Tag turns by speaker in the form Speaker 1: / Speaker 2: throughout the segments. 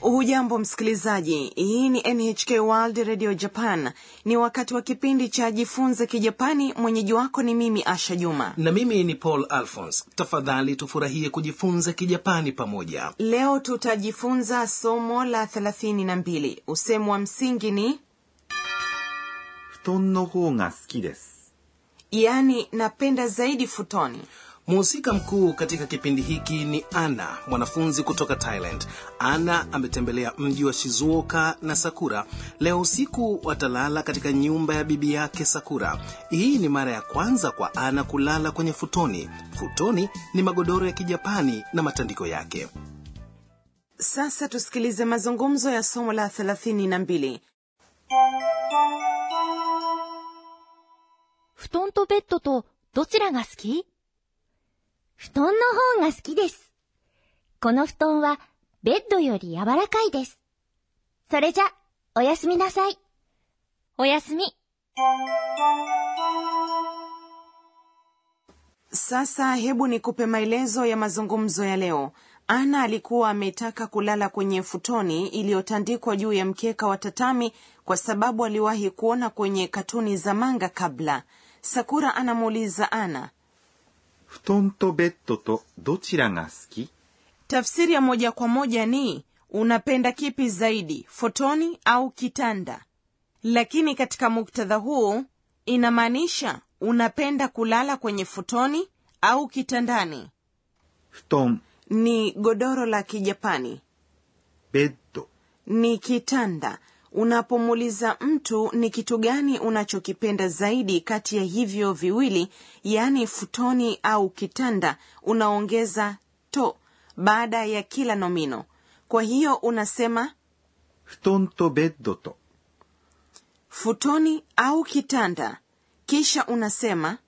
Speaker 1: hujambo msikilizaji hii ni nhk world radio japan ni wakati wa kipindi cha jifunze kijapani mwenyeji wako ni mimi asha juma
Speaker 2: na mimi ni paul alphons tafadhali tufurahie kujifunza kijapani pamoja
Speaker 1: leo tutajifunza somo la 32 usemu wa msingi ni
Speaker 3: 布団の方が好きです。
Speaker 1: yani napenda zaidi futoni
Speaker 2: mhusika mkuu katika kipindi hiki ni ana mwanafunzi kutoka thailand ana ametembelea mji wa shizuoka na sakura leo usiku watalala katika nyumba ya bibi yake sakura hii ni mara ya kwanza kwa ana kulala kwenye futoni futoni ni magodoro ya kijapani na matandiko yake
Speaker 1: sasa tusikilize mazungumzo ya somo la 32
Speaker 4: 布団とベッドとどちらが好き布団の方が好きです。この布団はベッドより柔らかいです。それじゃ、おやすみなさい。おやすみ。
Speaker 1: sasa hebu nikupe maelezo ya mazungumzo ya leo ana alikuwa ametaka kulala kwenye futoni iliyotandikwa juu ya mkeka wa tatami kwa sababu aliwahi kuona kwenye katuni za manga kabla sakura anamuuliza ana
Speaker 3: 布団とベッドとどちらが好き
Speaker 1: tafsiri ya moja kwa moja ni unapenda kipi zaidi fotoni au kitanda lakini katika muktadha huu inamaanisha unapenda kulala kwenye fotoni au kitandani
Speaker 3: 布団、
Speaker 1: ni godoro la kijapani
Speaker 3: ベッド、
Speaker 1: ni kitanda unapomuuliza mtu ni kitu gani unachokipenda zaidi kati ya hivyo viwili yaani futoni au kitanda unaongeza to baada ya kila nomino kwa hiyo unasema
Speaker 3: 布団とベッドと
Speaker 1: futoni au kitanda kisha unasema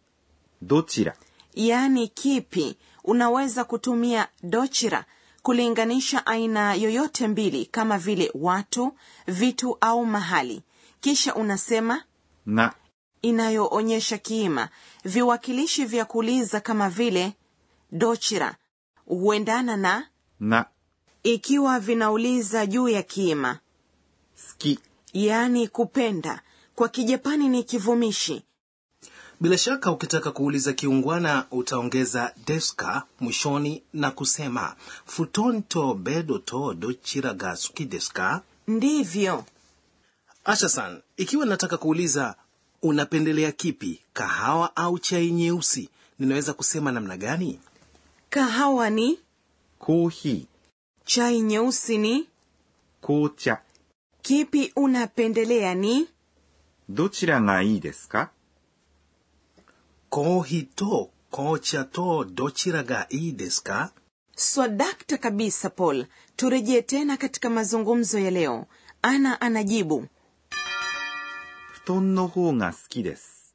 Speaker 3: どちら
Speaker 1: yaani kipi unaweza kutumia dochira kulinganisha aina yoyote mbili kama vile watu vitu au mahali kisha unasema
Speaker 3: が
Speaker 1: inayoonyesha kiima viwakilishi vya kuuliza kama vile dochira huendana na
Speaker 3: が
Speaker 1: ikiwa vinauliza juu ya kiima
Speaker 3: 好き
Speaker 1: yaani kupenda kwa kijapani ni kivumishi
Speaker 2: bila shaka ukitaka kuuliza kiungwana utaongeza deska mwishoni na kusema futon to bedo to dochira ga suki desu ka?"
Speaker 1: ndivyo
Speaker 2: ashasan ikiwa nataka kuuliza unapendelea kipi kahawa au chai nyeusi ninaweza kusema namna gani
Speaker 1: kahawa ni
Speaker 3: コーヒ
Speaker 1: chai nyeusi ni
Speaker 3: ー、紅茶、
Speaker 1: kipi unapendelea ni
Speaker 3: どちらがいいですか
Speaker 2: kohi to kocha to dochira ga ii desu ka?"
Speaker 1: swadakta kabisa paul turejee tena katika mazungumzo ya leo ana anajibu
Speaker 3: 布団の方が好きです。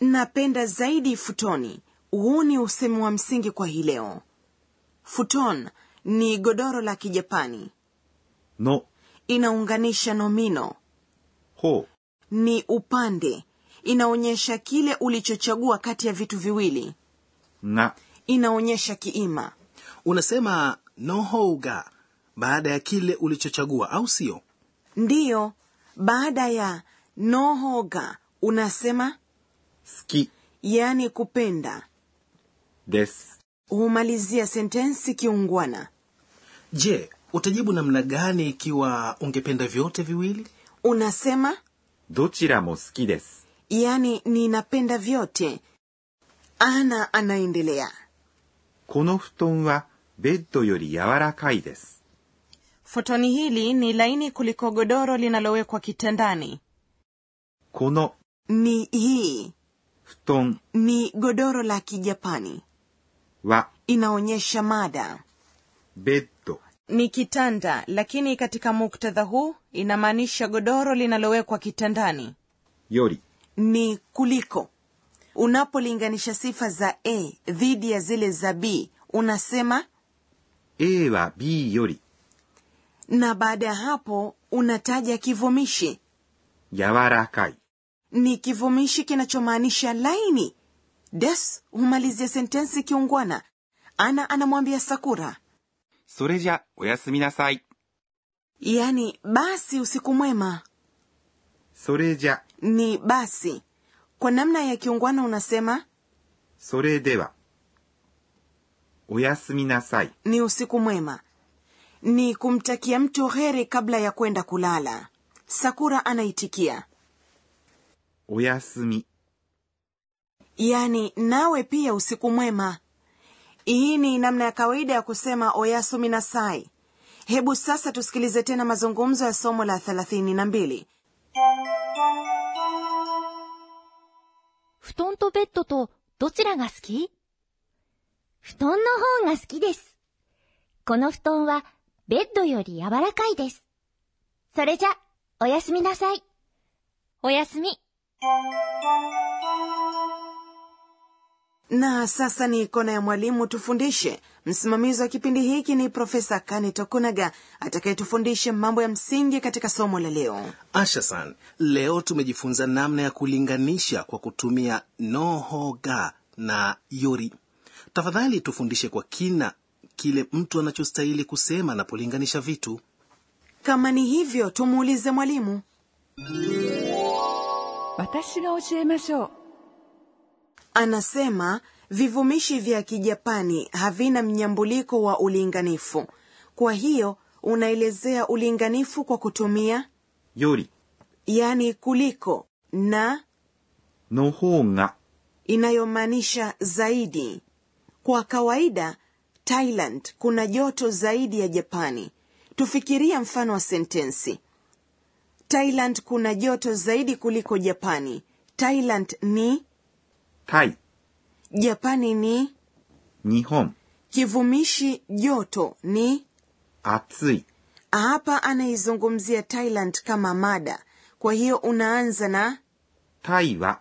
Speaker 1: napenda zaidi futoni huu ni usemi wa msingi kwa hii leo futon ni godoro la kijapani
Speaker 3: の
Speaker 1: inaunganisha nomino
Speaker 3: 方
Speaker 1: ni upande inaonyesha kile ulichochagua kati ya vitu viwili
Speaker 3: が
Speaker 1: inaonyesha kiima
Speaker 2: unasema nohouga baada ya kile ulichochagua au sio
Speaker 1: ndiyo baada ya nohoga unasema
Speaker 3: 好き
Speaker 1: yaani kupenda
Speaker 3: です。
Speaker 1: humalizia sentensi kiungwana
Speaker 2: je utajibu namna gani ikiwa ungependa vyote viwili
Speaker 1: unasema
Speaker 3: どちらも好きです。
Speaker 1: yaani ninapenda vyote ana anaendelea
Speaker 3: この布団はベッドより柔らかいです。
Speaker 1: fotoni hili ni laini kuliko godoro linalowekwa kitandani
Speaker 3: この
Speaker 1: ni hii
Speaker 3: 布団
Speaker 1: ni godoro la kijapani
Speaker 3: は
Speaker 1: inaonyesha mada
Speaker 3: ベッド
Speaker 1: ni kitanda lakini katika muktadha huu inamaanisha godoro linalowekwa kitandani
Speaker 3: より
Speaker 1: ni kuliko unapolinganisha sifa za a dhidi ya zile za b unasema
Speaker 3: A は B より
Speaker 1: na baada ya hapo unataja kivumishi
Speaker 3: 柔らかい。
Speaker 1: ni kivumishi kinachomaanisha laini des humalizia sentensi kiungwana ana anamwambia sakura
Speaker 3: それじゃ、おやすみなさい。
Speaker 1: yaani basi usiku mwema
Speaker 3: それじゃ、
Speaker 1: ni basi kwa namna ya kiungwana unasema
Speaker 3: それでは。おやすみなさい。
Speaker 1: ni usiku mwema ni kumtakia mtu heri kabla ya kwenda kulala sakura anaitikia
Speaker 3: おやすみ。
Speaker 1: yaani nawe pia usiku mwema hii ni namna ya kawaida ya kusema oyasumi nasai hebu sasa tusikilize tena mazungumzo ya somo la 32
Speaker 4: 布団とベッドとどちらが好き布団の方が好きです。この布団はベッドより柔らかいです。それじゃ、おやすみなさい。おやすみ。
Speaker 1: na sasa ni kona ya mwalimu tufundishe msimamizi wa kipindi hiki ni profesa kani tokunaga atakayetufundisha mambo ya msingi katika somo la leo
Speaker 2: asha san leo tumejifunza namna ya kulinganisha kwa kutumia nohoga na yori tafadhali tufundishe kwa kina kile mtu anachostahili kusema anapolinganisha vitu
Speaker 1: kama ni hivyo tumuulize mwalimu
Speaker 5: 私が教えましょう
Speaker 1: anasema vivumishi vya kijapani havina mnyambuliko wa ulinganifu kwa hiyo unaelezea ulinganifu kwa kutumia
Speaker 3: より、
Speaker 1: yani kuliko na
Speaker 3: の方が、
Speaker 1: inayomaanisha zaidi kwa kawaida thailand kuna joto zaidi ya japani tufikiria mfano wa sentensi thailand kuna joto zaidi kuliko japani thailand ni
Speaker 3: タイ、
Speaker 1: japani ni
Speaker 3: 日本、
Speaker 1: kivumishi joto ni
Speaker 3: 暑い、
Speaker 1: hapa anaizungumzia thailand kama mada kwa hiyo unaanza na
Speaker 3: タイは、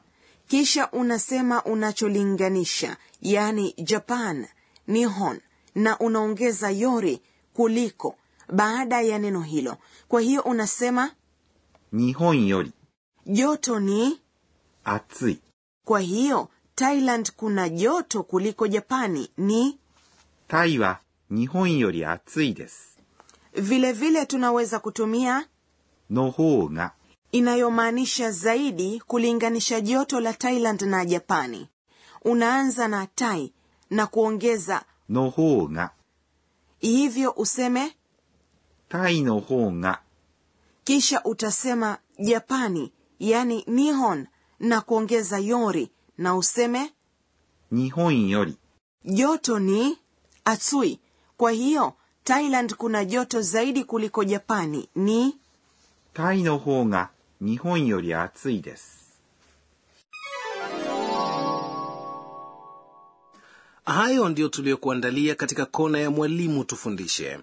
Speaker 1: kisha unasema unacholinganisha yaani japan nihon na unaongeza yori kuliko baada ya neno hilo kwa hiyo unasema
Speaker 3: 日本より、
Speaker 1: joto ni
Speaker 3: 暑い、
Speaker 1: kwa hiyo thailand kuna joto kuliko japani ni
Speaker 3: タイは日本より暑いです。
Speaker 1: vilevile vile tunaweza kutumia
Speaker 3: の方が、
Speaker 1: inayomaanisha zaidi kulinganisha joto la Thailand na Japani. Unaanza na tai na kuongeza
Speaker 3: の方が、
Speaker 1: hivyo useme,
Speaker 3: タイの方が、
Speaker 1: kisha utasema Japani yani Nihon na kuongeza yori na useme
Speaker 3: 日本より、
Speaker 1: joto ni atsui. Kwa hiyo Thailand kuna joto zaidi kuliko Japani ni
Speaker 3: タイの方が日本より暑いです。
Speaker 2: hayo ndiyo tuliyokuandalia katika kona ya mwalimu tufundishe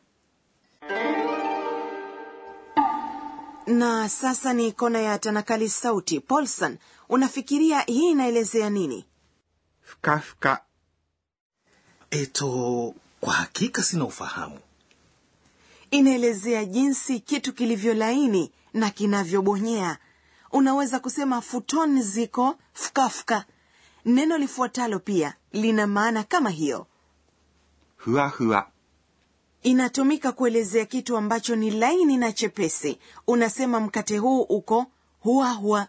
Speaker 1: na sasa ni kona ya tanakali sauti. Paulson, unafikiria hii inaelezea nini?
Speaker 3: ふかふか、
Speaker 2: eto kwa hakika sina ufahamu
Speaker 1: inaelezea jinsi kitu kilivyo laini na kinavyobonyea unaweza kusema futon ziko fukafuka neno lifuatalo pia lina maana kama hiyo
Speaker 3: ふわふわ、
Speaker 1: inatumika kuelezea kitu ambacho ni laini na chepesi unasema mkate huu uko huwa huwa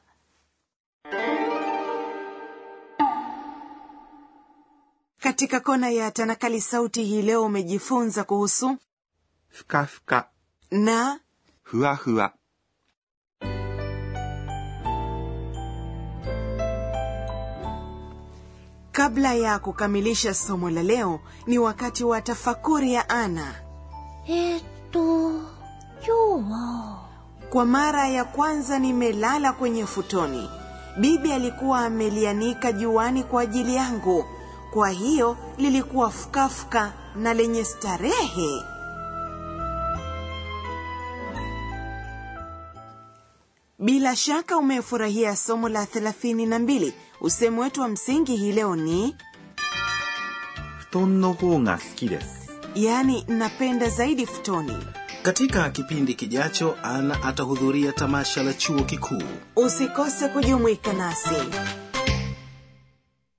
Speaker 1: katika kona ya tanakali sauti hii leo umejifunza kuhusu
Speaker 3: ふかふか、
Speaker 1: na
Speaker 3: ふわふわ。
Speaker 1: Kabla ya kukamilisha somo la leo, ni wakati wa tafakuri ya Ana.
Speaker 4: えーっと、今日は、
Speaker 1: Kwa mara ya kwanza nimelala kwenye futoni. Bibi alikuwa amelianika juani kwa ajili yangu, kwa hiyo lilikuwa fukafuka na lenye starehe. Bila shaka umefurahia somo la 32. Usemi wetu wa msingi hii leo ni
Speaker 3: 布団の方が好きです。
Speaker 1: yaani napenda zaidi futoni
Speaker 2: katika kipindi kijacho ana atahudhuria tamasha la chuo kikuu
Speaker 1: usikose kujumuika nasi